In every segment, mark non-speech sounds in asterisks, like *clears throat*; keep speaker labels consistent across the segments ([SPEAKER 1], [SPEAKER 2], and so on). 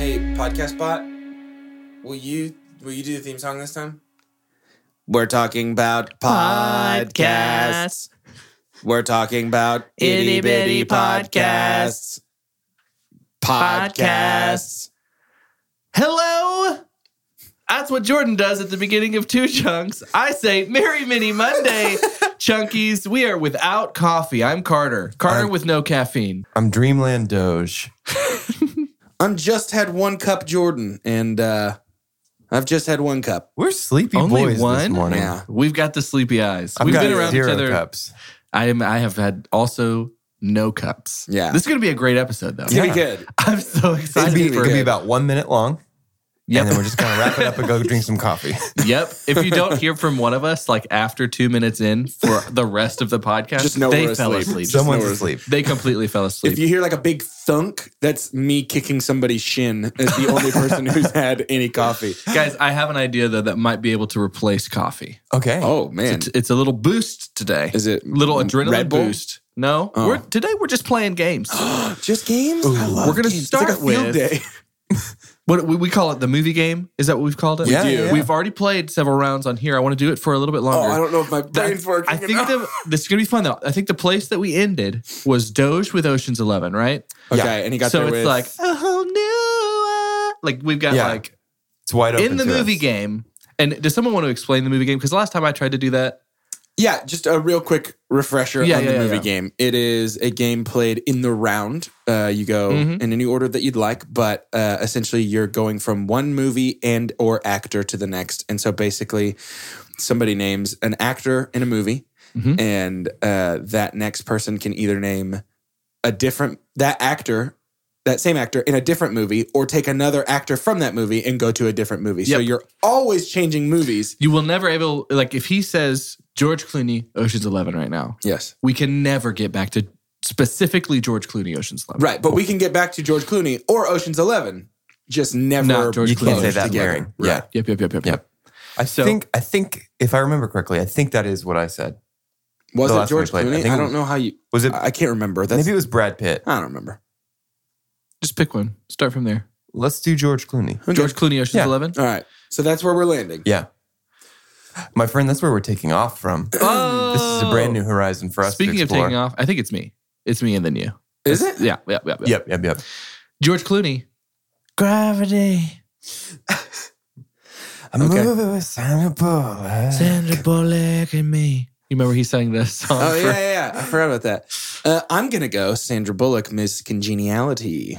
[SPEAKER 1] Hey, podcast bot, will you will you do the theme song this time? We're talking about podcasts. We're talking about itty bitty podcasts. Podcasts.
[SPEAKER 2] Hello. That's what Jordan does at the beginning of two chunks. I say Merry Mini Monday, chunkies. We are without coffee. I'm Carter. Carter with no caffeine.
[SPEAKER 3] I'm Dreamland Doge.
[SPEAKER 1] I'm just had one cup, Jordan, and uh, I've just had one cup.
[SPEAKER 3] We're sleepy
[SPEAKER 2] Only
[SPEAKER 3] boys this
[SPEAKER 2] one?
[SPEAKER 3] morning.
[SPEAKER 1] Yeah,
[SPEAKER 2] We've got the sleepy eyes.
[SPEAKER 3] I've
[SPEAKER 2] We've
[SPEAKER 3] got
[SPEAKER 2] been around
[SPEAKER 3] zero
[SPEAKER 2] each other.
[SPEAKER 3] cups.
[SPEAKER 2] I am I have had also no cups.
[SPEAKER 1] Yeah.
[SPEAKER 2] This is gonna be a great episode though.
[SPEAKER 1] it's gonna be good.
[SPEAKER 2] *laughs* I'm so
[SPEAKER 3] It'd
[SPEAKER 2] excited
[SPEAKER 3] be,
[SPEAKER 1] It's
[SPEAKER 2] for
[SPEAKER 3] it'd be
[SPEAKER 1] good.
[SPEAKER 3] about one minute long,
[SPEAKER 2] Yep.
[SPEAKER 3] and then we're just gonna wrap it up
[SPEAKER 2] *laughs*
[SPEAKER 3] and go drink some coffee.
[SPEAKER 2] Yep. If you don't hear from one of us like after two minutes in for the rest of the podcast,
[SPEAKER 1] Just know
[SPEAKER 2] they
[SPEAKER 1] we're
[SPEAKER 2] fell
[SPEAKER 1] asleep.
[SPEAKER 2] asleep.
[SPEAKER 1] Just
[SPEAKER 3] Someone's
[SPEAKER 1] snores.
[SPEAKER 3] asleep.
[SPEAKER 2] They completely fell asleep.
[SPEAKER 1] If you hear like a big thunk, that's me kicking somebody's shin. As the
[SPEAKER 2] *laughs*
[SPEAKER 1] only person who's had any coffee.
[SPEAKER 2] Guys, I have an idea though that might be able to replace coffee.
[SPEAKER 3] Okay.
[SPEAKER 1] Oh man,
[SPEAKER 2] It's, it's a little boost today.
[SPEAKER 1] Is it
[SPEAKER 2] little adrenaline
[SPEAKER 1] Red Bull?
[SPEAKER 2] boost? No,
[SPEAKER 1] Oh.
[SPEAKER 2] we're today we're just
[SPEAKER 1] *gasps*
[SPEAKER 2] playing games.
[SPEAKER 1] just games. I love
[SPEAKER 2] We're gonna
[SPEAKER 1] games. It's
[SPEAKER 2] start
[SPEAKER 1] like a field
[SPEAKER 2] with-
[SPEAKER 1] day.
[SPEAKER 2] what we, we call it the movie game? Is that what we've called it?
[SPEAKER 3] Yeah, We do. yeah.
[SPEAKER 2] We've already played several rounds on here. I want to do it for a little bit longer.
[SPEAKER 1] *laughs* Oh, I don't know if my
[SPEAKER 2] That-
[SPEAKER 1] brain's working.
[SPEAKER 2] I think
[SPEAKER 1] enough. *laughs*
[SPEAKER 2] the, this is gonna be fun though. I think the place that we ended was Doge with Ocean's Eleven, right?
[SPEAKER 1] okay,
[SPEAKER 3] Yeah.
[SPEAKER 1] and he got
[SPEAKER 2] so
[SPEAKER 1] there
[SPEAKER 2] it's
[SPEAKER 1] with
[SPEAKER 2] like a whole new. uh, Like we've got
[SPEAKER 3] Yeah.
[SPEAKER 2] like
[SPEAKER 3] It's wide open
[SPEAKER 2] in the
[SPEAKER 3] to
[SPEAKER 2] movie
[SPEAKER 3] us.
[SPEAKER 2] game. And does someone want to explain the movie game? Because last time I tried to do that,
[SPEAKER 1] yeah, just a real quick refresher
[SPEAKER 2] Yeah,
[SPEAKER 1] on the
[SPEAKER 2] yeah,
[SPEAKER 1] movie
[SPEAKER 2] yeah.
[SPEAKER 1] game. It is a game played in the round. Uh, you go
[SPEAKER 2] Mhm.
[SPEAKER 1] in any order that you'd like, but uh, essentially you're going from one movie and or actor to the next. And so basically, somebody names an actor in a movie,
[SPEAKER 2] Mhm.
[SPEAKER 1] and uh, that next person can either name a different that actor. That same actor in a different movie, or take another actor from that movie and go to a different movie. So
[SPEAKER 2] Yep.
[SPEAKER 1] you're always changing movies.
[SPEAKER 2] You will never able like if he says George Clooney Ocean's 11 right now.
[SPEAKER 1] Yes.
[SPEAKER 2] We can never get back to specifically George Clooney Ocean's 11.
[SPEAKER 1] Right, but we can get back to George Clooney or Ocean's Eleven. Just never.
[SPEAKER 2] Not George
[SPEAKER 3] You
[SPEAKER 2] Clooney.
[SPEAKER 3] can't say
[SPEAKER 2] Close
[SPEAKER 3] that,
[SPEAKER 1] together.
[SPEAKER 3] Mary.
[SPEAKER 1] Right.
[SPEAKER 3] Yeah.
[SPEAKER 2] Yep, yep, yep, yep, yep.
[SPEAKER 3] I
[SPEAKER 2] So-
[SPEAKER 3] think. I think if I remember correctly, I think that is what I said.
[SPEAKER 1] Was
[SPEAKER 3] The
[SPEAKER 1] it
[SPEAKER 3] last time we
[SPEAKER 1] George
[SPEAKER 3] played, I
[SPEAKER 1] Clooney? I,
[SPEAKER 3] think it
[SPEAKER 1] don't
[SPEAKER 3] was-
[SPEAKER 1] know how you.
[SPEAKER 3] Was
[SPEAKER 2] Uh,
[SPEAKER 3] it?
[SPEAKER 1] I I can't remember. That's,
[SPEAKER 3] maybe it was Brad Pitt.
[SPEAKER 1] I don't remember.
[SPEAKER 2] Just pick one. Start from there.
[SPEAKER 3] Let's do George Clooney.
[SPEAKER 1] Okay.
[SPEAKER 2] George Clooney Ocean's
[SPEAKER 3] Yeah.
[SPEAKER 2] 11.
[SPEAKER 1] All right, so that's where we're landing.
[SPEAKER 3] Yeah. My friend, that's where we're taking off from.
[SPEAKER 2] Oh.
[SPEAKER 3] *clears throat* This is a brand new horizon for us.
[SPEAKER 2] Speaking
[SPEAKER 3] to
[SPEAKER 2] of
[SPEAKER 3] explore.
[SPEAKER 2] taking off, I think it's me. It's me and then you.
[SPEAKER 1] Is it?
[SPEAKER 2] Yeah, yeah, yeah. yeah.
[SPEAKER 3] Yep. Yep. Yep.
[SPEAKER 2] George Clooney. Gravity.
[SPEAKER 3] I'm
[SPEAKER 1] Okay.
[SPEAKER 3] moving with Sandra Bullock.
[SPEAKER 2] Sandra Bullock and me. You remember he sang this song?
[SPEAKER 1] Oh
[SPEAKER 2] for-
[SPEAKER 1] yeah, yeah, yeah. I forgot about that. Uh, I'm gonna go Sandra Bullock, Miss Congeniality,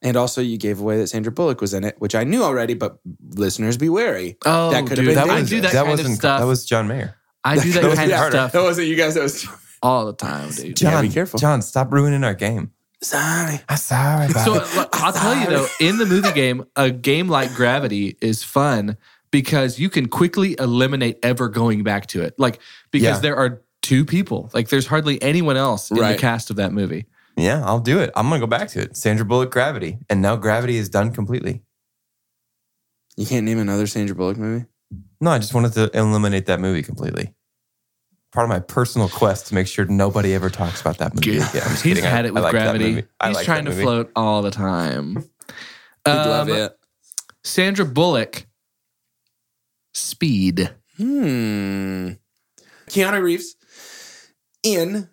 [SPEAKER 1] and also you gave away that Sandra Bullock was in it, which I knew already, but listeners be wary.
[SPEAKER 2] Oh,
[SPEAKER 1] That could've
[SPEAKER 2] dude,
[SPEAKER 1] been
[SPEAKER 3] That
[SPEAKER 2] I
[SPEAKER 3] was
[SPEAKER 2] do that, kind
[SPEAKER 3] wasn't
[SPEAKER 2] of stuff.
[SPEAKER 3] that was John Mayer.
[SPEAKER 2] I do that,
[SPEAKER 3] *laughs* that was
[SPEAKER 2] kind of
[SPEAKER 3] Carter.
[SPEAKER 2] stuff
[SPEAKER 1] That wasn't you guys. That was *laughs*
[SPEAKER 2] all the time, dude.
[SPEAKER 3] John,
[SPEAKER 1] be careful.
[SPEAKER 3] John, stop ruining our game.
[SPEAKER 1] sorry.
[SPEAKER 3] I'm sorry about
[SPEAKER 2] So
[SPEAKER 3] it. *laughs*
[SPEAKER 2] look, I'll tell you though, in the movie game, a game like Gravity is fun because you can quickly eliminate ever going back to it. Like because
[SPEAKER 3] Yeah.
[SPEAKER 2] there are two people. Like there's hardly anyone else in
[SPEAKER 1] Right.
[SPEAKER 2] the cast of that movie.
[SPEAKER 3] Yeah, I'll do it. I'm gonna go back to it. Sandra Bullock, Gravity, and now Gravity is done completely.
[SPEAKER 1] You can't name another Sandra Bullock movie.
[SPEAKER 3] No, I just wanted to eliminate that movie completely. part of my personal quest to make sure nobody ever talks about that movie again. I'm just
[SPEAKER 2] He's
[SPEAKER 3] kidding. I-
[SPEAKER 2] had
[SPEAKER 3] I
[SPEAKER 2] it with
[SPEAKER 3] like that
[SPEAKER 2] gravity.
[SPEAKER 3] movie. I
[SPEAKER 2] He's
[SPEAKER 3] like that
[SPEAKER 2] trying to
[SPEAKER 3] movie.
[SPEAKER 2] float all the time.
[SPEAKER 1] We'd love
[SPEAKER 2] Um,
[SPEAKER 1] it.
[SPEAKER 2] Sandra Bullock, Speed.
[SPEAKER 1] Hmm. Keanu Reeves in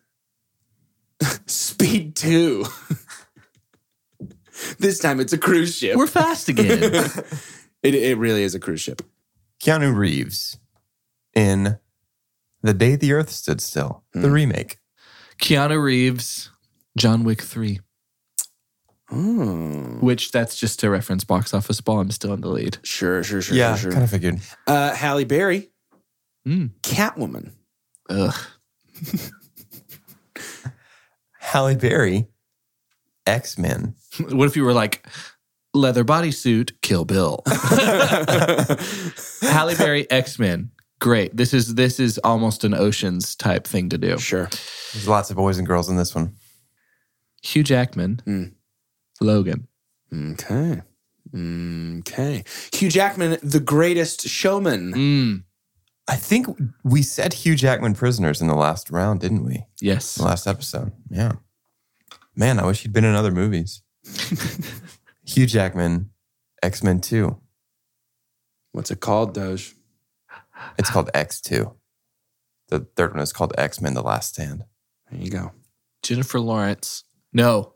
[SPEAKER 1] *laughs* Speed 2. *laughs* this time it's a cruise ship. *laughs*
[SPEAKER 2] We're fast
[SPEAKER 3] *laughs*
[SPEAKER 2] again.
[SPEAKER 1] it, it really is a cruise ship.
[SPEAKER 3] Keanu Reeves in The Day the Earth Stood Still,
[SPEAKER 1] Hmm.
[SPEAKER 3] the remake.
[SPEAKER 2] Keanu Reeves, John Wick 3,
[SPEAKER 1] Oh.
[SPEAKER 2] which that's just to reference box office ball. I'm still in the lead.
[SPEAKER 1] Sure, sure, sure,
[SPEAKER 3] yeah,
[SPEAKER 1] sure.
[SPEAKER 3] kind
[SPEAKER 1] sure.
[SPEAKER 3] of figured.
[SPEAKER 1] Uh, Halle Berry,
[SPEAKER 2] Mm.
[SPEAKER 1] Catwoman. *laughs*
[SPEAKER 2] Ugh.
[SPEAKER 3] Halle Berry, X Men.
[SPEAKER 2] What if you were like, leather bodysuit, Kill
[SPEAKER 1] *laughs*
[SPEAKER 2] Bill? Halle Berry, X Men. Great. This is this is almost an Oceans type thing to do.
[SPEAKER 1] Sure.
[SPEAKER 3] There's lots of boys and girls in this one.
[SPEAKER 2] Hugh Jackman,
[SPEAKER 1] Mm.
[SPEAKER 2] Logan.
[SPEAKER 1] Okay. Okay. Hugh Jackman, the greatest showman.
[SPEAKER 2] Mm.
[SPEAKER 3] I think we said Hugh Jackman prisoners in the last round, didn't we?
[SPEAKER 2] Yes.
[SPEAKER 3] The last episode. Yeah. Man, I wish he'd been in other
[SPEAKER 2] *laughs*
[SPEAKER 3] movies. Hugh Jackman, X Men 2.
[SPEAKER 1] What's it called, Doge?
[SPEAKER 3] It's called X2. The third one is called X Men The Last Stand.
[SPEAKER 1] There you go.
[SPEAKER 2] Jennifer Lawrence. No.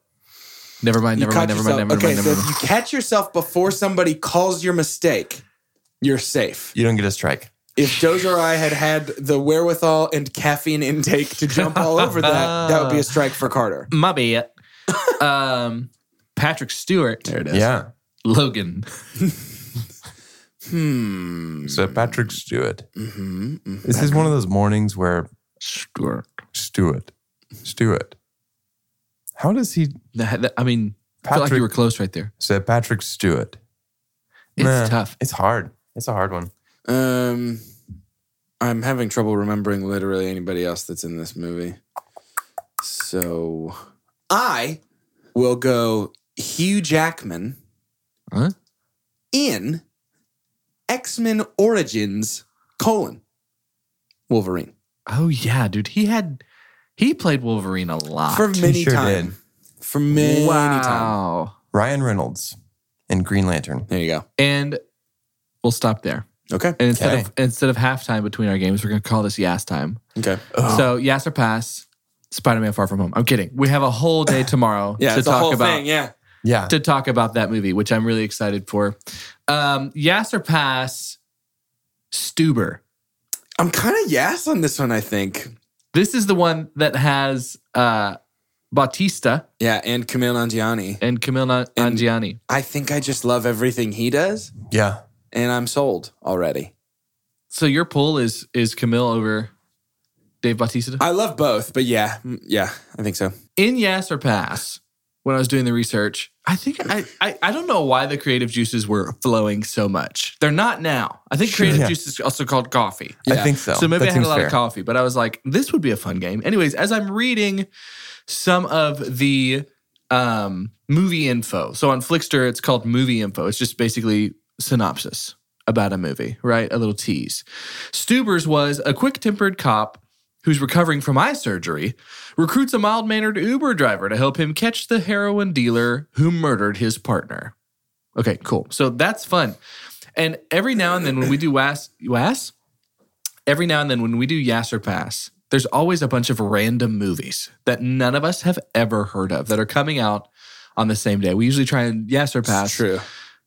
[SPEAKER 2] Never mind. Never
[SPEAKER 1] you
[SPEAKER 2] mind.
[SPEAKER 1] caught
[SPEAKER 2] Never
[SPEAKER 1] yourself.
[SPEAKER 2] mind. Never
[SPEAKER 1] okay,
[SPEAKER 2] mind. Never
[SPEAKER 1] so
[SPEAKER 2] mind.
[SPEAKER 1] if you catch yourself before somebody calls your mistake, you're safe.
[SPEAKER 3] You don't get a strike.
[SPEAKER 1] If Doge or I had had the wherewithal and caffeine intake to jump all over that, that
[SPEAKER 2] *laughs*
[SPEAKER 1] would be a strike for Carter.
[SPEAKER 2] My bad.
[SPEAKER 1] *laughs*
[SPEAKER 2] um, Patrick Stewart. There it
[SPEAKER 3] Yeah.
[SPEAKER 2] Logan.
[SPEAKER 1] Hmm.
[SPEAKER 3] So Patrick Stewart.
[SPEAKER 1] Mm-hmm.
[SPEAKER 3] This is one of those mornings where
[SPEAKER 2] Stewart.
[SPEAKER 3] Stewart, Stewart. How does he
[SPEAKER 2] That- that- I mean, I feel like
[SPEAKER 3] Patrick-
[SPEAKER 2] you were close right there.
[SPEAKER 3] say Patrick Stewart?
[SPEAKER 2] It's
[SPEAKER 3] Nah.
[SPEAKER 2] tough.
[SPEAKER 3] It's hard. It's a hard one.
[SPEAKER 1] Um, I'm having trouble remembering literally anybody else that's in this movie. So I will go Hugh Jackman
[SPEAKER 2] Huh?
[SPEAKER 1] in X Men Origins colon Wolverine
[SPEAKER 2] Oh yeah, dude. He had he played Wolverine a lot.
[SPEAKER 1] for many
[SPEAKER 3] sure
[SPEAKER 1] time
[SPEAKER 3] did.
[SPEAKER 1] for many time.
[SPEAKER 2] wow.
[SPEAKER 3] Ryan Reynolds and Green Lantern.
[SPEAKER 1] There you go.
[SPEAKER 2] And we'll stop there.
[SPEAKER 1] Okay.
[SPEAKER 2] And instead
[SPEAKER 3] Okay.
[SPEAKER 2] of instead of halftime between our games, we're gonna call this Yas time.
[SPEAKER 1] Okay. Oh.
[SPEAKER 2] So Yas or pass, Spider Man Far From Home. I'm kidding. We have a whole day tomorrow
[SPEAKER 1] *laughs* Yeah,
[SPEAKER 2] to
[SPEAKER 1] it's a
[SPEAKER 2] talk
[SPEAKER 1] whole
[SPEAKER 2] about
[SPEAKER 1] thing. Yeah.
[SPEAKER 3] Yeah.
[SPEAKER 2] to talk about that movie, which I'm really excited for. Um, yes or pass, Stuber.
[SPEAKER 1] I'm kind of yes on this one. I think.
[SPEAKER 2] This is the one that has uh, Bautista
[SPEAKER 1] Yeah, and Camille Nanjiani.
[SPEAKER 2] and Camille Na-
[SPEAKER 1] And-
[SPEAKER 2] Nanjiani.
[SPEAKER 1] I think I just love everything he does,
[SPEAKER 3] Yeah.
[SPEAKER 1] and I'm sold already.
[SPEAKER 2] So your pull is is Camille over Dave Bautista
[SPEAKER 1] I love both, but yeah, mm, yeah, I think so.
[SPEAKER 2] in yes or pass. When I was doing the research, I think I, I I don't know why the creative juices were flowing so much. They're not now. I think creative
[SPEAKER 3] Yeah.
[SPEAKER 2] juice is also called coffee.
[SPEAKER 1] Yeah.
[SPEAKER 3] I think so.
[SPEAKER 2] So maybe I
[SPEAKER 3] That
[SPEAKER 2] had
[SPEAKER 3] seems
[SPEAKER 2] a lot
[SPEAKER 3] fair.
[SPEAKER 2] of coffee, but I was like, this would be a fun game. Anyways, as I'm reading some of the um, movie info, so on Flickster, it's called movie info. It's just basically synopsis about a movie, right? A little tease. Stuber's was a quick tempered cop who's recovering from eye surgery, recruits a mild mannered Uber driver to help him catch the heroin dealer who murdered his partner. Okay, cool. So that's fun. And every now and then when we do WAS, WAS? Every now and then when we do Yas or Pass, there's always a bunch of random movies that none of us have ever heard of that are coming out on the same day. We usually try and Yas or Pass
[SPEAKER 1] true.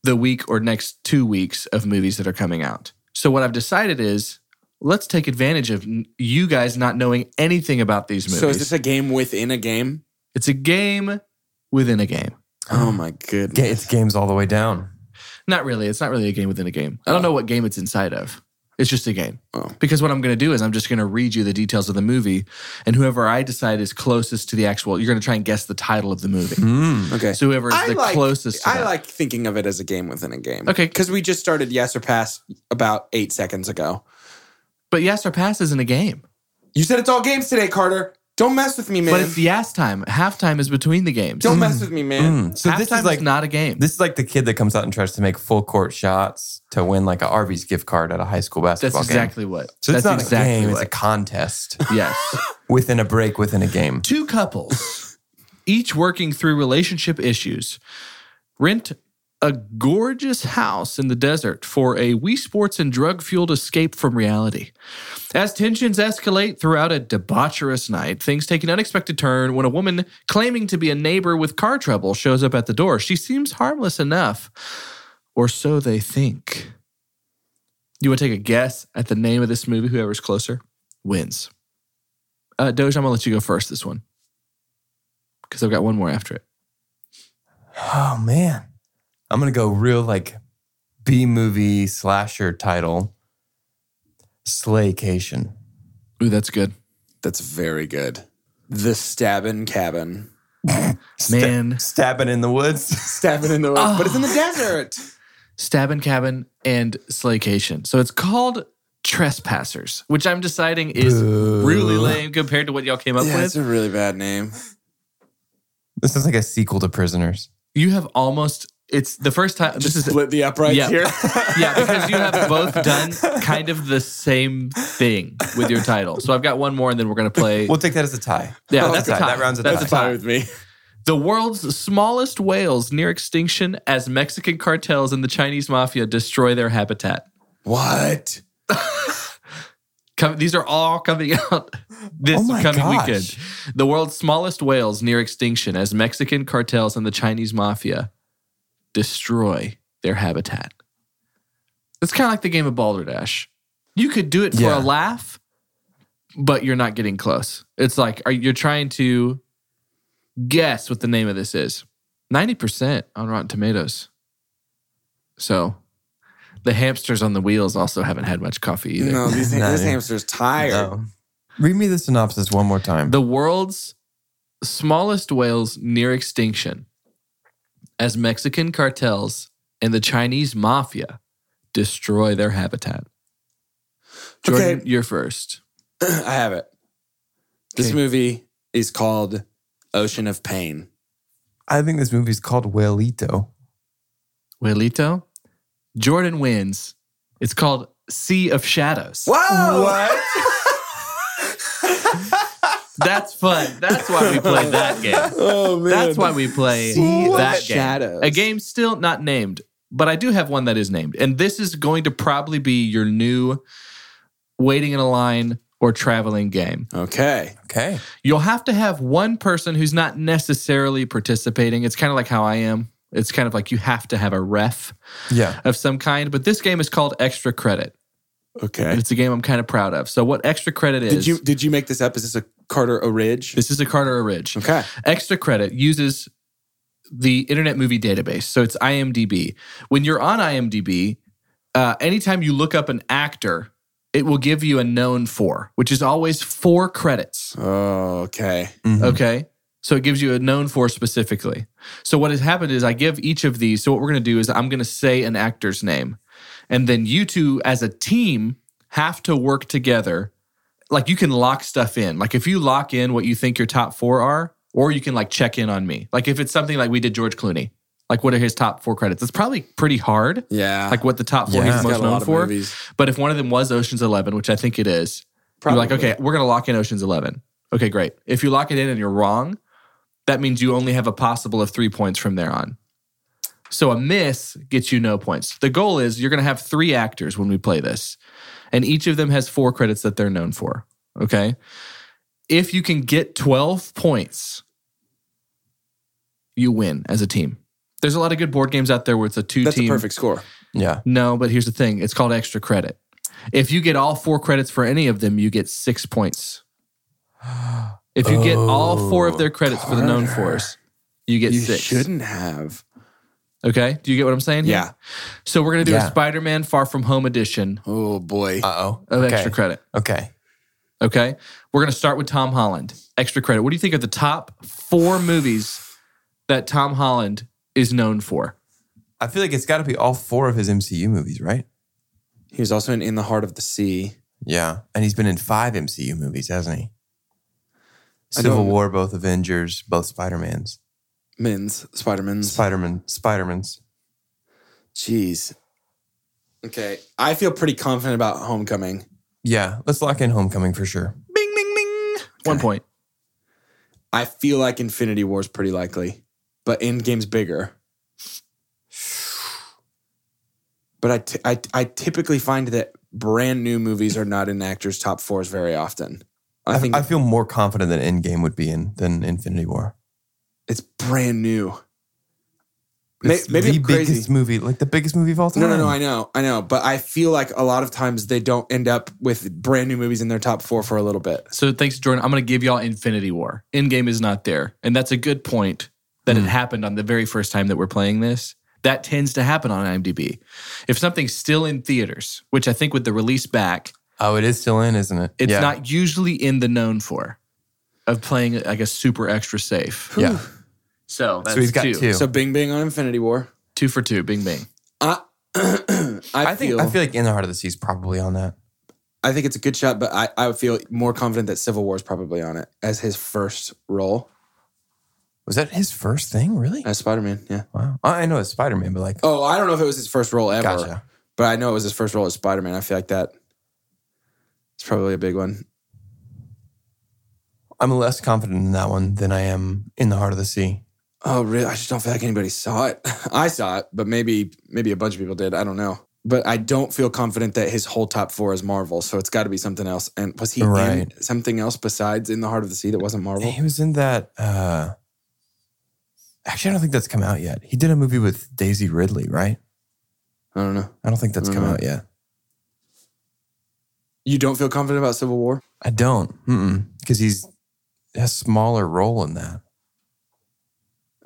[SPEAKER 2] the week or next two weeks of movies that are coming out. So what I've decided is let's take advantage of n- you guys not knowing anything about these movies.
[SPEAKER 1] So is this a game within a game?
[SPEAKER 2] it's a game within a game.
[SPEAKER 1] Oh my
[SPEAKER 3] Ga-
[SPEAKER 1] goodness.
[SPEAKER 3] It's games all the way down.
[SPEAKER 2] Not really. It's not really a game within a game. I don't
[SPEAKER 3] Oh.
[SPEAKER 2] know what game it's inside of. It's just a game.
[SPEAKER 1] Oh.
[SPEAKER 2] Because what I'm going to do is I'm just going to read you the details of the movie, and whoever I decide is closest to the actual, you're going to try and guess the title of the movie.
[SPEAKER 3] Mm.
[SPEAKER 1] Okay.
[SPEAKER 2] So whoever is
[SPEAKER 1] I
[SPEAKER 2] the
[SPEAKER 1] like-
[SPEAKER 2] closest. To
[SPEAKER 1] I
[SPEAKER 2] that.
[SPEAKER 1] like thinking of it as a game within a game.
[SPEAKER 2] Okay.
[SPEAKER 1] Because we just started Yes or Pass about eight seconds ago.
[SPEAKER 2] But yes or pass isn't a game.
[SPEAKER 1] You said it's all games today, Carter. Don't mess with me, man.
[SPEAKER 2] But it's the ass time. Halftime is between the games.
[SPEAKER 1] Don't mess with me, man.
[SPEAKER 3] Mm. So this
[SPEAKER 2] Halftime
[SPEAKER 3] is like
[SPEAKER 2] not a game.
[SPEAKER 3] this is like the kid that comes out and tries to make full court shots to win like a Arby's gift card at a high school
[SPEAKER 2] That's
[SPEAKER 3] basketball game.
[SPEAKER 2] exactly what.
[SPEAKER 3] So
[SPEAKER 2] That's
[SPEAKER 3] it's not
[SPEAKER 2] exactly
[SPEAKER 3] a game;
[SPEAKER 2] What.
[SPEAKER 3] it's a contest *laughs*
[SPEAKER 2] yes.
[SPEAKER 3] within a break within a game.
[SPEAKER 2] two couples, *laughs* each working through relationship issues, rent a gorgeous house in the desert for a Wii Sports and drug fueled escape from reality. As tensions escalate throughout a debaucherous night, things take an unexpected turn when a woman claiming to be a neighbor with car trouble shows up at the door. She seems harmless enough, or so they think. You want to take a guess at the name of this movie? Whoever's closer wins. Uh, Doge, I'm gonna let you go first this one because I've got one more after it.
[SPEAKER 3] Oh man, I'm gonna go real like B movie slasher title, Slaycation.
[SPEAKER 2] Ooh, that's good,
[SPEAKER 1] That's very good. The Stabbin' Cabin.
[SPEAKER 2] man.
[SPEAKER 3] Stabbing in the woods. *laughs*
[SPEAKER 1] Stabbin' in the woods, but it's in the
[SPEAKER 2] Ah.
[SPEAKER 1] desert.
[SPEAKER 2] Stabbin' Cabin and Slaycation. So it's called Trespassers, which I'm deciding is really lame compared to what y'all came up
[SPEAKER 1] Yeah, it's
[SPEAKER 2] with.
[SPEAKER 1] a really bad name.
[SPEAKER 3] This is like a sequel to Prisoners.
[SPEAKER 2] You have almost. It's the first time. This is
[SPEAKER 1] Split the uprights
[SPEAKER 2] Yeah.
[SPEAKER 1] here.
[SPEAKER 2] *laughs* yeah, because you have both done kind of the same thing with your title. So I've got one more, and then we're gonna play.
[SPEAKER 3] We'll take that as a tie.
[SPEAKER 2] Yeah, that's a
[SPEAKER 3] That-
[SPEAKER 2] tie.
[SPEAKER 3] that rounds it
[SPEAKER 2] that's
[SPEAKER 3] out.
[SPEAKER 2] a tie.
[SPEAKER 1] with me.
[SPEAKER 2] The world's smallest whales near extinction as Mexican cartels and the Chinese mafia destroy their habitat.
[SPEAKER 1] What?
[SPEAKER 2] Come, these are all coming *laughs* out this
[SPEAKER 3] Oh my
[SPEAKER 2] coming
[SPEAKER 3] gosh.
[SPEAKER 2] weekend. The world's smallest whales near extinction as Mexican cartels and the Chinese mafia destroy their habitat. It's kind of like the game of Balderdash. You could do it for a
[SPEAKER 3] Yeah.
[SPEAKER 2] laugh, but you're not getting close. It's like are, you're trying to guess what the name of this is. 90% on Rotten Tomatoes. So the hamsters on the wheels also haven't had much coffee either. *laughs*
[SPEAKER 1] No, these,
[SPEAKER 3] No,
[SPEAKER 1] this
[SPEAKER 3] yeah.
[SPEAKER 1] hamster's tired.
[SPEAKER 3] No. Read me the synopsis one more time.
[SPEAKER 2] the world's smallest whales near extinction as Mexican cartels and the Chinese mafia destroy their habitat. Jordan,
[SPEAKER 1] Okay.
[SPEAKER 2] you're first.
[SPEAKER 1] I have it. This
[SPEAKER 2] Okay.
[SPEAKER 1] movie is called Ocean of Pain.
[SPEAKER 3] I think this movie's called Whalito.
[SPEAKER 2] Whalito, Jordan wins. It's called Sea of Shadows.
[SPEAKER 1] Whoa!
[SPEAKER 2] *laughs* That's fun. That's why we played that game.
[SPEAKER 1] *laughs* oh man.
[SPEAKER 2] That's why we play
[SPEAKER 1] Sea of
[SPEAKER 2] that game.
[SPEAKER 1] Shadows.
[SPEAKER 2] A game still not named, but I do have one that is named. And this is going to probably be your new waiting in a line or traveling game.
[SPEAKER 1] Okay.
[SPEAKER 3] Okay.
[SPEAKER 2] You'll have to have one person who's not necessarily participating. It's kind of like how I am. It's kind of like you have to have a ref
[SPEAKER 3] Yeah.
[SPEAKER 2] of some kind, but this game is called Extra Credit. And
[SPEAKER 1] Okay.
[SPEAKER 2] it's a game I'm kind of proud of. So what Extra Credit is
[SPEAKER 1] Did you did you make this up? Is this a Carter O Ridge?
[SPEAKER 2] This is a Carter Ridge.
[SPEAKER 1] Okay.
[SPEAKER 2] Extra Credit uses the Internet Movie Database. So it's IMDb. When you're on IMDb, uh, anytime you look up an actor, it will give you a known for, which is always four credits.
[SPEAKER 1] Oh, okay.
[SPEAKER 3] Mhm.
[SPEAKER 4] Mm-hmm.
[SPEAKER 2] Okay. So it gives you a known for specifically. So what has happened is I give each of these. So what we're going to do is I'm going to say an actor's name. And then you two as a team have to work together. Like you can lock stuff in. Like if you lock in what you think your top four are, or you can like check in on me. Like if it's something like we did George Clooney, like what are his top four credits? It's probably pretty hard.
[SPEAKER 1] Yeah.
[SPEAKER 2] Like what the top four
[SPEAKER 3] Yeah.
[SPEAKER 2] he's
[SPEAKER 3] He's
[SPEAKER 2] most known for.
[SPEAKER 1] movies.
[SPEAKER 2] But if one of them was Ocean's Eleven, which I think it is,
[SPEAKER 1] Probably.
[SPEAKER 2] you're like, okay, we're gonna lock in Ocean's Eleven. Okay, great. If you lock it in and you're wrong, that means you only have a possible of three points from there on. So a miss gets you no points. The goal is you're gonna have three actors when we play this, and each of them has four credits that they're known for. Okay. If you can get 12 points, you win as a team. There's a lot of good board games out there where it's a two
[SPEAKER 1] That's a
[SPEAKER 2] team
[SPEAKER 1] perfect score.
[SPEAKER 3] Yeah.
[SPEAKER 2] no, but here's the thing it's called extra credit. If you get all four credits for any of them, you get six points.
[SPEAKER 1] *gasps*
[SPEAKER 2] If you get all four of their credits for the known
[SPEAKER 1] Oh, Carter.
[SPEAKER 2] fours, you get
[SPEAKER 1] You
[SPEAKER 2] six.
[SPEAKER 1] shouldn't have.
[SPEAKER 2] Okay. Do you get what I'm saying? here?
[SPEAKER 1] Yeah.
[SPEAKER 2] So we're going to do
[SPEAKER 3] Yeah.
[SPEAKER 2] a Spider Man Far From Home edition
[SPEAKER 1] Oh boy.
[SPEAKER 3] Uh oh.
[SPEAKER 2] of
[SPEAKER 3] okay.
[SPEAKER 2] extra credit.
[SPEAKER 3] Okay.
[SPEAKER 2] Okay. We're going to start with Tom Holland. Extra credit. What do you think of the top four movies that Tom Holland is known for?
[SPEAKER 3] I feel like it's got to be all four of his MCU movies, right?
[SPEAKER 1] He was also in In the Heart of the Sea.
[SPEAKER 3] Yeah. And he's been in five MCU movies, hasn't he? Civil
[SPEAKER 5] don't-
[SPEAKER 3] War, both Avengers, both Spider Mans.
[SPEAKER 1] Men's Spider-Man's.
[SPEAKER 3] Spider Man, Spider Man's.
[SPEAKER 1] Jeez.
[SPEAKER 5] Okay.
[SPEAKER 1] I feel pretty confident about Homecoming.
[SPEAKER 3] Yeah, let's lock in Homecoming for sure.
[SPEAKER 2] Bing, bing, bing. One point.
[SPEAKER 1] I feel like Infinity War is pretty likely, but Endgame's bigger. But I, t- I, I typically find that brand new movies are not in actors' top fours very often. I
[SPEAKER 3] I,
[SPEAKER 1] think
[SPEAKER 3] I feel more confident that Endgame would be in than Infinity War.
[SPEAKER 1] it's brand new. May-
[SPEAKER 3] It's
[SPEAKER 1] maybe
[SPEAKER 3] the
[SPEAKER 1] I'm crazy.
[SPEAKER 3] biggest movie, like the biggest movie of all time.
[SPEAKER 1] No, no, no. I know, I know. But I feel like a lot of times they don't end up with brand new movies in their top four for a little bit.
[SPEAKER 2] So thanks, Jordan. I'm going to give y'all Infinity War. Endgame is not there. And that's a good point that
[SPEAKER 1] Hmm.
[SPEAKER 2] it happened on the very first time that we're playing this. That tends to happen on IMDb. If something's still in theaters, which I think with the release back,
[SPEAKER 3] Oh, it is still in, isn't it?
[SPEAKER 2] it's
[SPEAKER 3] Yeah.
[SPEAKER 2] not usually in the known for of playing like a super extra safe.
[SPEAKER 3] Yeah.
[SPEAKER 2] So, that's
[SPEAKER 3] So he's got
[SPEAKER 2] two.
[SPEAKER 3] two.
[SPEAKER 1] So Bing Bing on Infinity War.
[SPEAKER 2] Two for two, bing bing.
[SPEAKER 1] I, *clears throat* I,
[SPEAKER 3] I think I feel like In the Heart of the Sea is probably on that.
[SPEAKER 1] I think it's a good shot, but I, I would feel more confident that Civil War is probably on it as his first role
[SPEAKER 3] Was that his first thing? Really?
[SPEAKER 1] as Spider Man. Yeah.
[SPEAKER 3] Wow. I I know it's Spider Man, but like,
[SPEAKER 1] Uh, Oh, I don't know if it was his first role ever,
[SPEAKER 3] gotcha.
[SPEAKER 1] but I know it was his first role as Spider Man. I feel like that it's probably a big one.
[SPEAKER 3] I'm less confident in that one than I am in the Heart of the Sea.
[SPEAKER 1] Oh, really? I just don't feel like anybody saw it. *laughs* I saw it, but maybe maybe a bunch of people did. I don't know. But I don't feel confident that his whole top four is Marvel, so it's got to be something else. And was he in
[SPEAKER 3] Right.
[SPEAKER 1] something else besides In the Heart of the Sea that wasn't Marvel?
[SPEAKER 3] He was in that. uh Actually, I don't think that's come out yet. He did a movie with Daisy Ridley, right?
[SPEAKER 1] I don't know.
[SPEAKER 3] I don't think that's come
[SPEAKER 1] Mm.
[SPEAKER 3] out yet.
[SPEAKER 1] You don't feel confident about Civil War?
[SPEAKER 3] I don't, because he's a smaller role in that.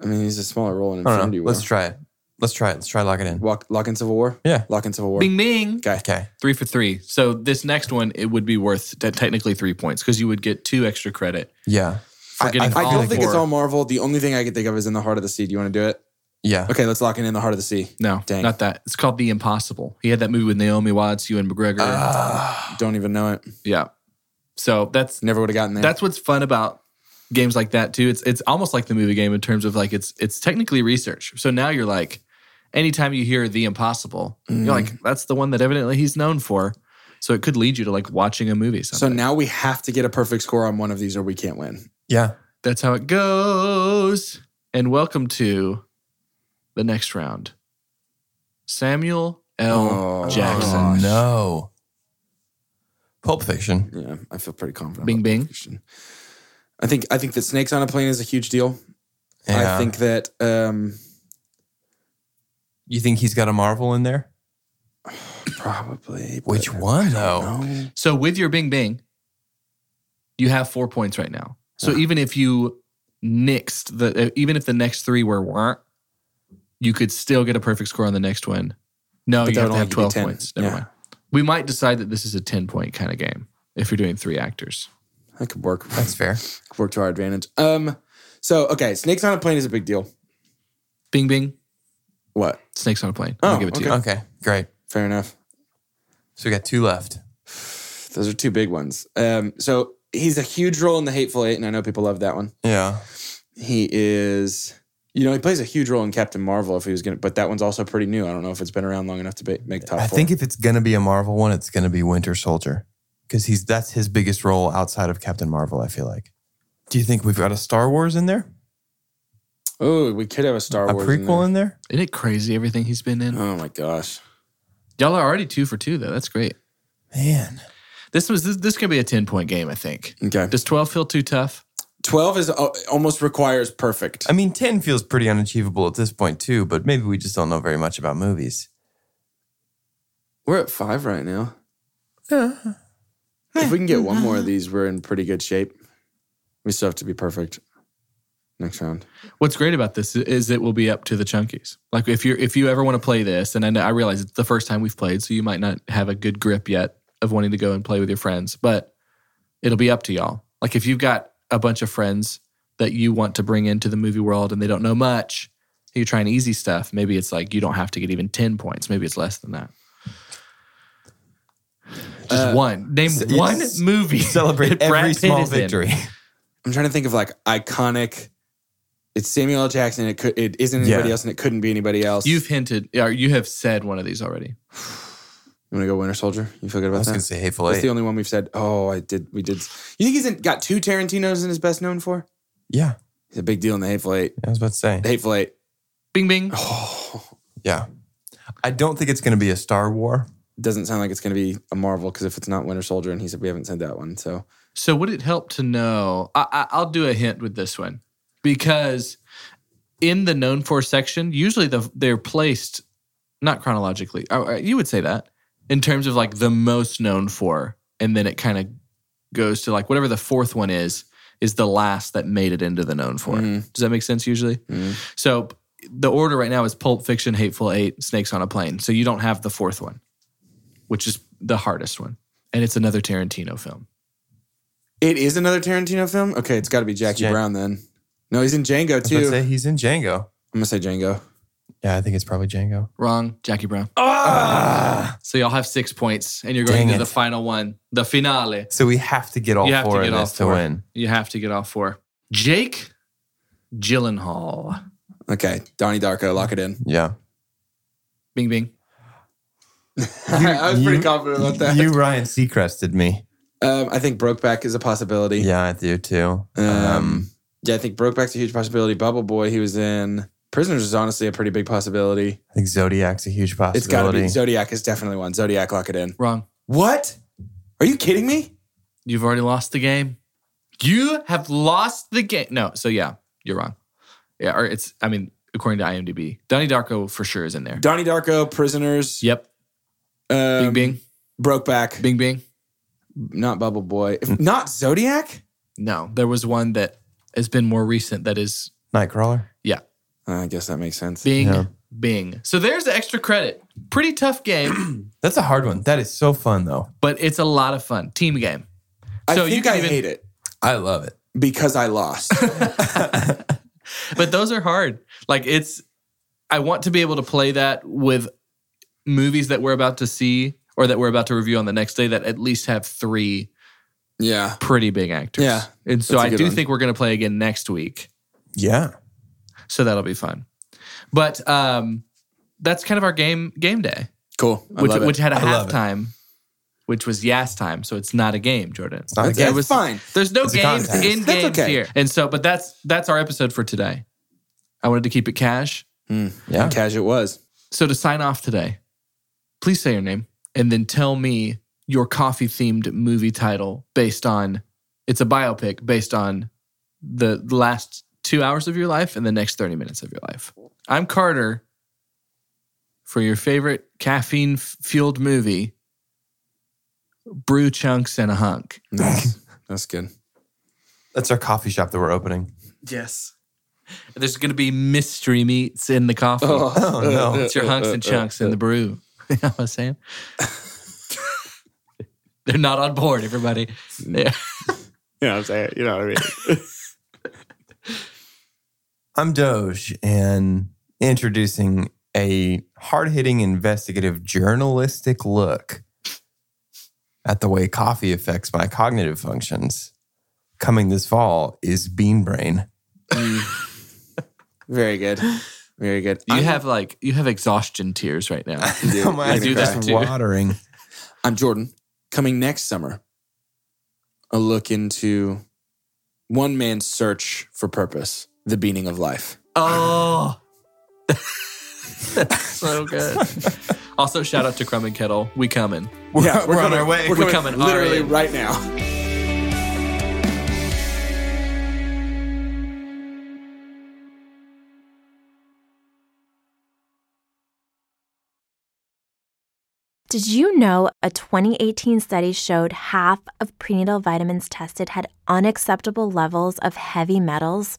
[SPEAKER 1] I mean, he's a smaller role in
[SPEAKER 3] I don't
[SPEAKER 1] Infinity
[SPEAKER 3] know.
[SPEAKER 1] War.
[SPEAKER 3] Let's try it. Let's try it. Let's try lock it in.
[SPEAKER 1] Walk, lock in Civil War?
[SPEAKER 3] Yeah.
[SPEAKER 1] Lock in Civil War.
[SPEAKER 2] Bing bing.
[SPEAKER 1] Okay.
[SPEAKER 3] Okay.
[SPEAKER 2] Three for three. So this next one, it would be worth t- technically three points because you would get two extra credit.
[SPEAKER 3] Yeah.
[SPEAKER 2] For getting
[SPEAKER 1] I
[SPEAKER 2] all
[SPEAKER 1] don't think
[SPEAKER 2] four.
[SPEAKER 1] it's all Marvel. The only thing I can think of is In the Heart of the Sea. Do you want to do it?
[SPEAKER 3] Yeah.
[SPEAKER 1] Okay, let's lock in In the Heart of the Sea.
[SPEAKER 2] No,
[SPEAKER 1] Dang.
[SPEAKER 2] not that. It's called The Impossible. He had that movie with Naomi Watts, Ewan McGregor.
[SPEAKER 3] Ah.
[SPEAKER 1] Don't even know it.
[SPEAKER 2] yeah. So that's
[SPEAKER 1] Never would have gotten there.
[SPEAKER 2] that's what's fun about games like that too. It's it's almost like the movie game in terms of like it's it's technically research. So now you're like, anytime you hear The Impossible,
[SPEAKER 1] Mm.
[SPEAKER 2] you're like, that's the one that evidently he's known for. So it could lead you to like watching a movie.
[SPEAKER 1] so
[SPEAKER 2] Someday.
[SPEAKER 1] now we have to get a perfect score on one of these or we can't win.
[SPEAKER 3] yeah.
[SPEAKER 2] that's how it goes. And welcome to the next round. Samuel L.
[SPEAKER 1] Oh,
[SPEAKER 2] Jackson.
[SPEAKER 3] Oh, no. Pulp Fiction.
[SPEAKER 1] Yeah, I feel pretty confident.
[SPEAKER 2] Bing,
[SPEAKER 1] about
[SPEAKER 2] bing.
[SPEAKER 1] that question. I think I think that snakes on a plane is a huge deal.
[SPEAKER 3] Yeah.
[SPEAKER 1] I think that um,
[SPEAKER 3] You think he's got a Marvel in there?
[SPEAKER 1] probably. but
[SPEAKER 3] Which one
[SPEAKER 1] I
[SPEAKER 3] though?
[SPEAKER 1] don't know.
[SPEAKER 2] So with your Bing Bing, you have four points right now. So even if you nixed the, uh, even if the next three were weren't, you could still get a perfect score on the next one. No,
[SPEAKER 1] But
[SPEAKER 2] you
[SPEAKER 1] that
[SPEAKER 2] have
[SPEAKER 1] would
[SPEAKER 2] to have
[SPEAKER 1] only give you
[SPEAKER 2] twelve
[SPEAKER 1] 10.
[SPEAKER 2] points. Never
[SPEAKER 1] Yeah.
[SPEAKER 2] mind. We might decide that this is a ten point kind of game if you're doing three actors.
[SPEAKER 1] That could work.
[SPEAKER 3] That's fair.
[SPEAKER 1] Could work to our advantage. Um. So okay, snakes on a plane is a big deal.
[SPEAKER 2] Bing Bing,
[SPEAKER 1] What?
[SPEAKER 2] snakes on a plane. I'm
[SPEAKER 1] Oh,
[SPEAKER 2] gonna give it to you.
[SPEAKER 3] Okay. Great.
[SPEAKER 1] Fair enough.
[SPEAKER 3] So we got two left.
[SPEAKER 1] Those are two big ones. Um. So he's a huge role in the Hateful Eight, and I know people love that one.
[SPEAKER 3] Yeah.
[SPEAKER 1] He is. You know, he plays a huge role in Captain Marvel if he was gonna, but that one's also pretty new. I don't know if it's been around long enough to ba- make top
[SPEAKER 3] I
[SPEAKER 1] four.
[SPEAKER 3] think if it's gonna be a Marvel one, it's gonna be Winter Soldier because he's that's his biggest role outside of Captain Marvel. I feel like. Do you think we've got a Star Wars in there?
[SPEAKER 1] oh, we could have a Star
[SPEAKER 3] a
[SPEAKER 1] Wars in
[SPEAKER 3] prequel
[SPEAKER 1] there.
[SPEAKER 3] in there?
[SPEAKER 2] Isn't it crazy everything he's been in?
[SPEAKER 1] Oh my gosh.
[SPEAKER 2] Y'all are already two for two though. That's great.
[SPEAKER 3] Man,
[SPEAKER 2] This was this, this could be a ten point game. I think.
[SPEAKER 1] Okay.
[SPEAKER 2] Does twelve feel too tough?
[SPEAKER 1] 12 is uh, almost requires perfect.
[SPEAKER 3] I mean, ten feels pretty unachievable at this point too. But maybe we just don't know very much about movies.
[SPEAKER 1] We're at five right now.
[SPEAKER 3] Uh-huh.
[SPEAKER 1] if we can get one more
[SPEAKER 3] *laughs*
[SPEAKER 1] of these, we're in pretty good shape. We still have to be perfect next round.
[SPEAKER 2] What's great about this is it will be up to the chunkies. Like if you are if you ever want to play this, and I, know, I realize it's the first time we've played, so you might not have a good grip yet of wanting to go and play with your friends, but it'll be up to y'all. Like if you've got a bunch of friends that you want to bring into the movie world and they don't know much, you're trying easy stuff. Maybe it's like you don't have to get even ten points. Maybe it's less than that. Just
[SPEAKER 1] Uh,
[SPEAKER 2] one. Name
[SPEAKER 3] s-
[SPEAKER 2] one
[SPEAKER 3] s-
[SPEAKER 2] movie.
[SPEAKER 3] Celebrate
[SPEAKER 2] that Brad
[SPEAKER 3] *laughs* every
[SPEAKER 2] Pitt
[SPEAKER 3] small
[SPEAKER 2] is in.
[SPEAKER 3] victory.
[SPEAKER 1] I'm trying to think of like iconic. It's Samuel L. Jackson. It could. It isn't anybody
[SPEAKER 3] Yeah.
[SPEAKER 1] else, and it couldn't be anybody else.
[SPEAKER 2] You've hinted, or you have said one of these already.
[SPEAKER 1] I'm gonna go Winter Soldier. You feel good
[SPEAKER 3] I
[SPEAKER 1] about
[SPEAKER 3] was gonna
[SPEAKER 1] that?
[SPEAKER 3] say hateful
[SPEAKER 1] That's
[SPEAKER 3] eight.
[SPEAKER 1] the only one we've said. Oh, I did. We did. You think he's in, got two Tarantinos in his best known for?
[SPEAKER 3] yeah,
[SPEAKER 1] He's a big deal in the Hateful Eight.
[SPEAKER 3] I was about to say.
[SPEAKER 1] The Hateful Eight.
[SPEAKER 2] Bing, bing.
[SPEAKER 1] Oh,
[SPEAKER 3] Yeah, I don't think it's gonna be a Star War.
[SPEAKER 1] doesn't sound like it's gonna be a Marvel because if it's not Winter Soldier, and he said we haven't said that one, so
[SPEAKER 2] So would it help to know? I, I, I'll do a hint with this one because in the known for section, usually the, they're placed not chronologically. Oh, uh, You would say that in terms of like the most known for, and then it kind of goes to like whatever the fourth one is is the last that made it into the known for.
[SPEAKER 1] Mhm.
[SPEAKER 2] Does that make sense? Usually,
[SPEAKER 1] mm.
[SPEAKER 2] so the order right now is Pulp Fiction, Hateful Eight, Snakes on a Plane. So you don't have the fourth one, which is the hardest one, and it's another Tarantino film.
[SPEAKER 1] it is another Tarantino film. Okay, it's got to be Jackie
[SPEAKER 3] Jan-
[SPEAKER 1] Brown then. No, he's in Django
[SPEAKER 3] I was about
[SPEAKER 1] too.
[SPEAKER 3] to say he's in Django.
[SPEAKER 1] I'm gonna say Django.
[SPEAKER 3] Yeah, I think it's probably Django.
[SPEAKER 2] Wrong, Jackie Brown.
[SPEAKER 3] Ah!
[SPEAKER 2] So y'all have six points, and you're going
[SPEAKER 3] Dang
[SPEAKER 2] to
[SPEAKER 3] it.
[SPEAKER 2] the final one, the finale.
[SPEAKER 3] So we have to get all
[SPEAKER 2] You have to
[SPEAKER 3] four
[SPEAKER 2] get
[SPEAKER 3] in
[SPEAKER 2] all
[SPEAKER 3] this to
[SPEAKER 2] four.
[SPEAKER 3] win.
[SPEAKER 2] You have to get all four. Jake Gyllenhaal.
[SPEAKER 1] Okay, Donnie Darko, lock it in.
[SPEAKER 3] Yeah,
[SPEAKER 2] Bing, bing.
[SPEAKER 1] *laughs* I was pretty
[SPEAKER 3] *laughs* you-
[SPEAKER 1] confident about that.
[SPEAKER 3] you Ryan Seacrested me.
[SPEAKER 1] um, I think Brokeback is a possibility.
[SPEAKER 3] Yeah, I do too.
[SPEAKER 1] Um,
[SPEAKER 3] Um,
[SPEAKER 1] yeah, I think Brokeback's a huge possibility. Bubble Boy, he was in. Prisoners is honestly a pretty big possibility.
[SPEAKER 3] I think Zodiac's a huge possibility.
[SPEAKER 1] It's got to be Zodiac is definitely one. Zodiac, lock it in.
[SPEAKER 2] Wrong.
[SPEAKER 1] What? Are you kidding me?
[SPEAKER 2] You've already lost the game. You have lost the game. No, so yeah, you're wrong. Yeah, or it's, I mean, according to IMDb, Donnie Darko for sure is in there.
[SPEAKER 1] Donnie Darko, Prisoners.
[SPEAKER 2] Yep.
[SPEAKER 1] Um,
[SPEAKER 2] Bing, bing.
[SPEAKER 1] Brokeback.
[SPEAKER 2] Bing, bing.
[SPEAKER 1] Not Bubble Boy.
[SPEAKER 3] Mm.
[SPEAKER 1] If- not Zodiac.
[SPEAKER 2] No, there was one that has been more recent that is
[SPEAKER 3] Nightcrawler.
[SPEAKER 1] Uh, I guess that makes sense.
[SPEAKER 2] Bing,
[SPEAKER 3] Yeah.
[SPEAKER 2] bing. So there's the extra credit. Pretty tough game. *clears throat*
[SPEAKER 3] That's a hard one. That is so fun though.
[SPEAKER 2] but it's a lot of fun. Team game.
[SPEAKER 1] I
[SPEAKER 2] So
[SPEAKER 1] think
[SPEAKER 2] you can
[SPEAKER 1] I
[SPEAKER 2] even-
[SPEAKER 1] hate it
[SPEAKER 3] I love *laughs* it.
[SPEAKER 1] because I *laughs* lost.
[SPEAKER 2] But those are hard. Like it's I want to be able to play that with movies that we're about to see or that we're about to review on the next day that at least have three
[SPEAKER 1] yeah.
[SPEAKER 2] pretty big actors.
[SPEAKER 1] Yeah,
[SPEAKER 2] And so
[SPEAKER 1] that's a
[SPEAKER 2] I
[SPEAKER 1] good
[SPEAKER 2] do
[SPEAKER 1] one.
[SPEAKER 2] think we're gonna play again next week.
[SPEAKER 3] Yeah.
[SPEAKER 2] So that'll be fun. But um that's kind of our game game day.
[SPEAKER 1] Cool. I
[SPEAKER 2] Which
[SPEAKER 1] love it.
[SPEAKER 2] which had a
[SPEAKER 3] I love it.
[SPEAKER 2] halftime, which was Yas time. So it's not a game, Jordan.
[SPEAKER 3] not a
[SPEAKER 1] That's,
[SPEAKER 3] game.
[SPEAKER 1] that's
[SPEAKER 2] It was-
[SPEAKER 1] fine.
[SPEAKER 2] There's no
[SPEAKER 3] It's a
[SPEAKER 2] games
[SPEAKER 3] contest.
[SPEAKER 2] in
[SPEAKER 1] That's
[SPEAKER 2] games
[SPEAKER 1] okay.
[SPEAKER 2] here, and so but that's that's our episode for today. I wanted to keep it cash.
[SPEAKER 3] Yeah.
[SPEAKER 1] Cash it was.
[SPEAKER 2] So to sign off today, please say your name and then tell me your coffee themed movie title based on it's a biopic based on the last two hours of your life and the next 30 minutes of your life. I'm Carter for your favorite caffeine fueled movie, Brew Chunks and a Hunk.
[SPEAKER 1] *laughs* Nice. that's good.
[SPEAKER 3] That's our coffee shop that we're *laughs* opening.
[SPEAKER 2] Yes. There's going to be mystery meats in the coffee.
[SPEAKER 3] Oh, no.
[SPEAKER 2] It's your hunks and chunks in the brew. *laughs* you know what I'm saying? They're not on board, everybody. Yeah.
[SPEAKER 1] *laughs* You know what I'm saying? You know what I mean?
[SPEAKER 3] I'm Doge and introducing a hard hitting investigative journalistic look at the way coffee affects my cognitive functions. Coming this fall is Bean Brain.
[SPEAKER 1] *laughs* Mm. Very good. Very good.
[SPEAKER 2] You
[SPEAKER 1] I'm-
[SPEAKER 2] have like you have exhaustion tears right
[SPEAKER 3] *laughs*
[SPEAKER 2] now.
[SPEAKER 1] Dude,
[SPEAKER 3] So my
[SPEAKER 1] I
[SPEAKER 3] eyes
[SPEAKER 2] do
[SPEAKER 3] are
[SPEAKER 2] that
[SPEAKER 3] just
[SPEAKER 2] too.
[SPEAKER 3] watering.
[SPEAKER 1] I'm Jordan. Coming next summer, a look into one man's search for purpose, the beating of life.
[SPEAKER 2] Oh. *laughs* That's so good. Also, shout out to Crumb and Kettle. We coming.
[SPEAKER 3] We're, we're on our way.
[SPEAKER 2] we're coming
[SPEAKER 1] literally
[SPEAKER 2] RN.
[SPEAKER 1] right now.
[SPEAKER 6] Did you know a 2018 study showed half of prenatal vitamins tested had unacceptable levels of heavy metals?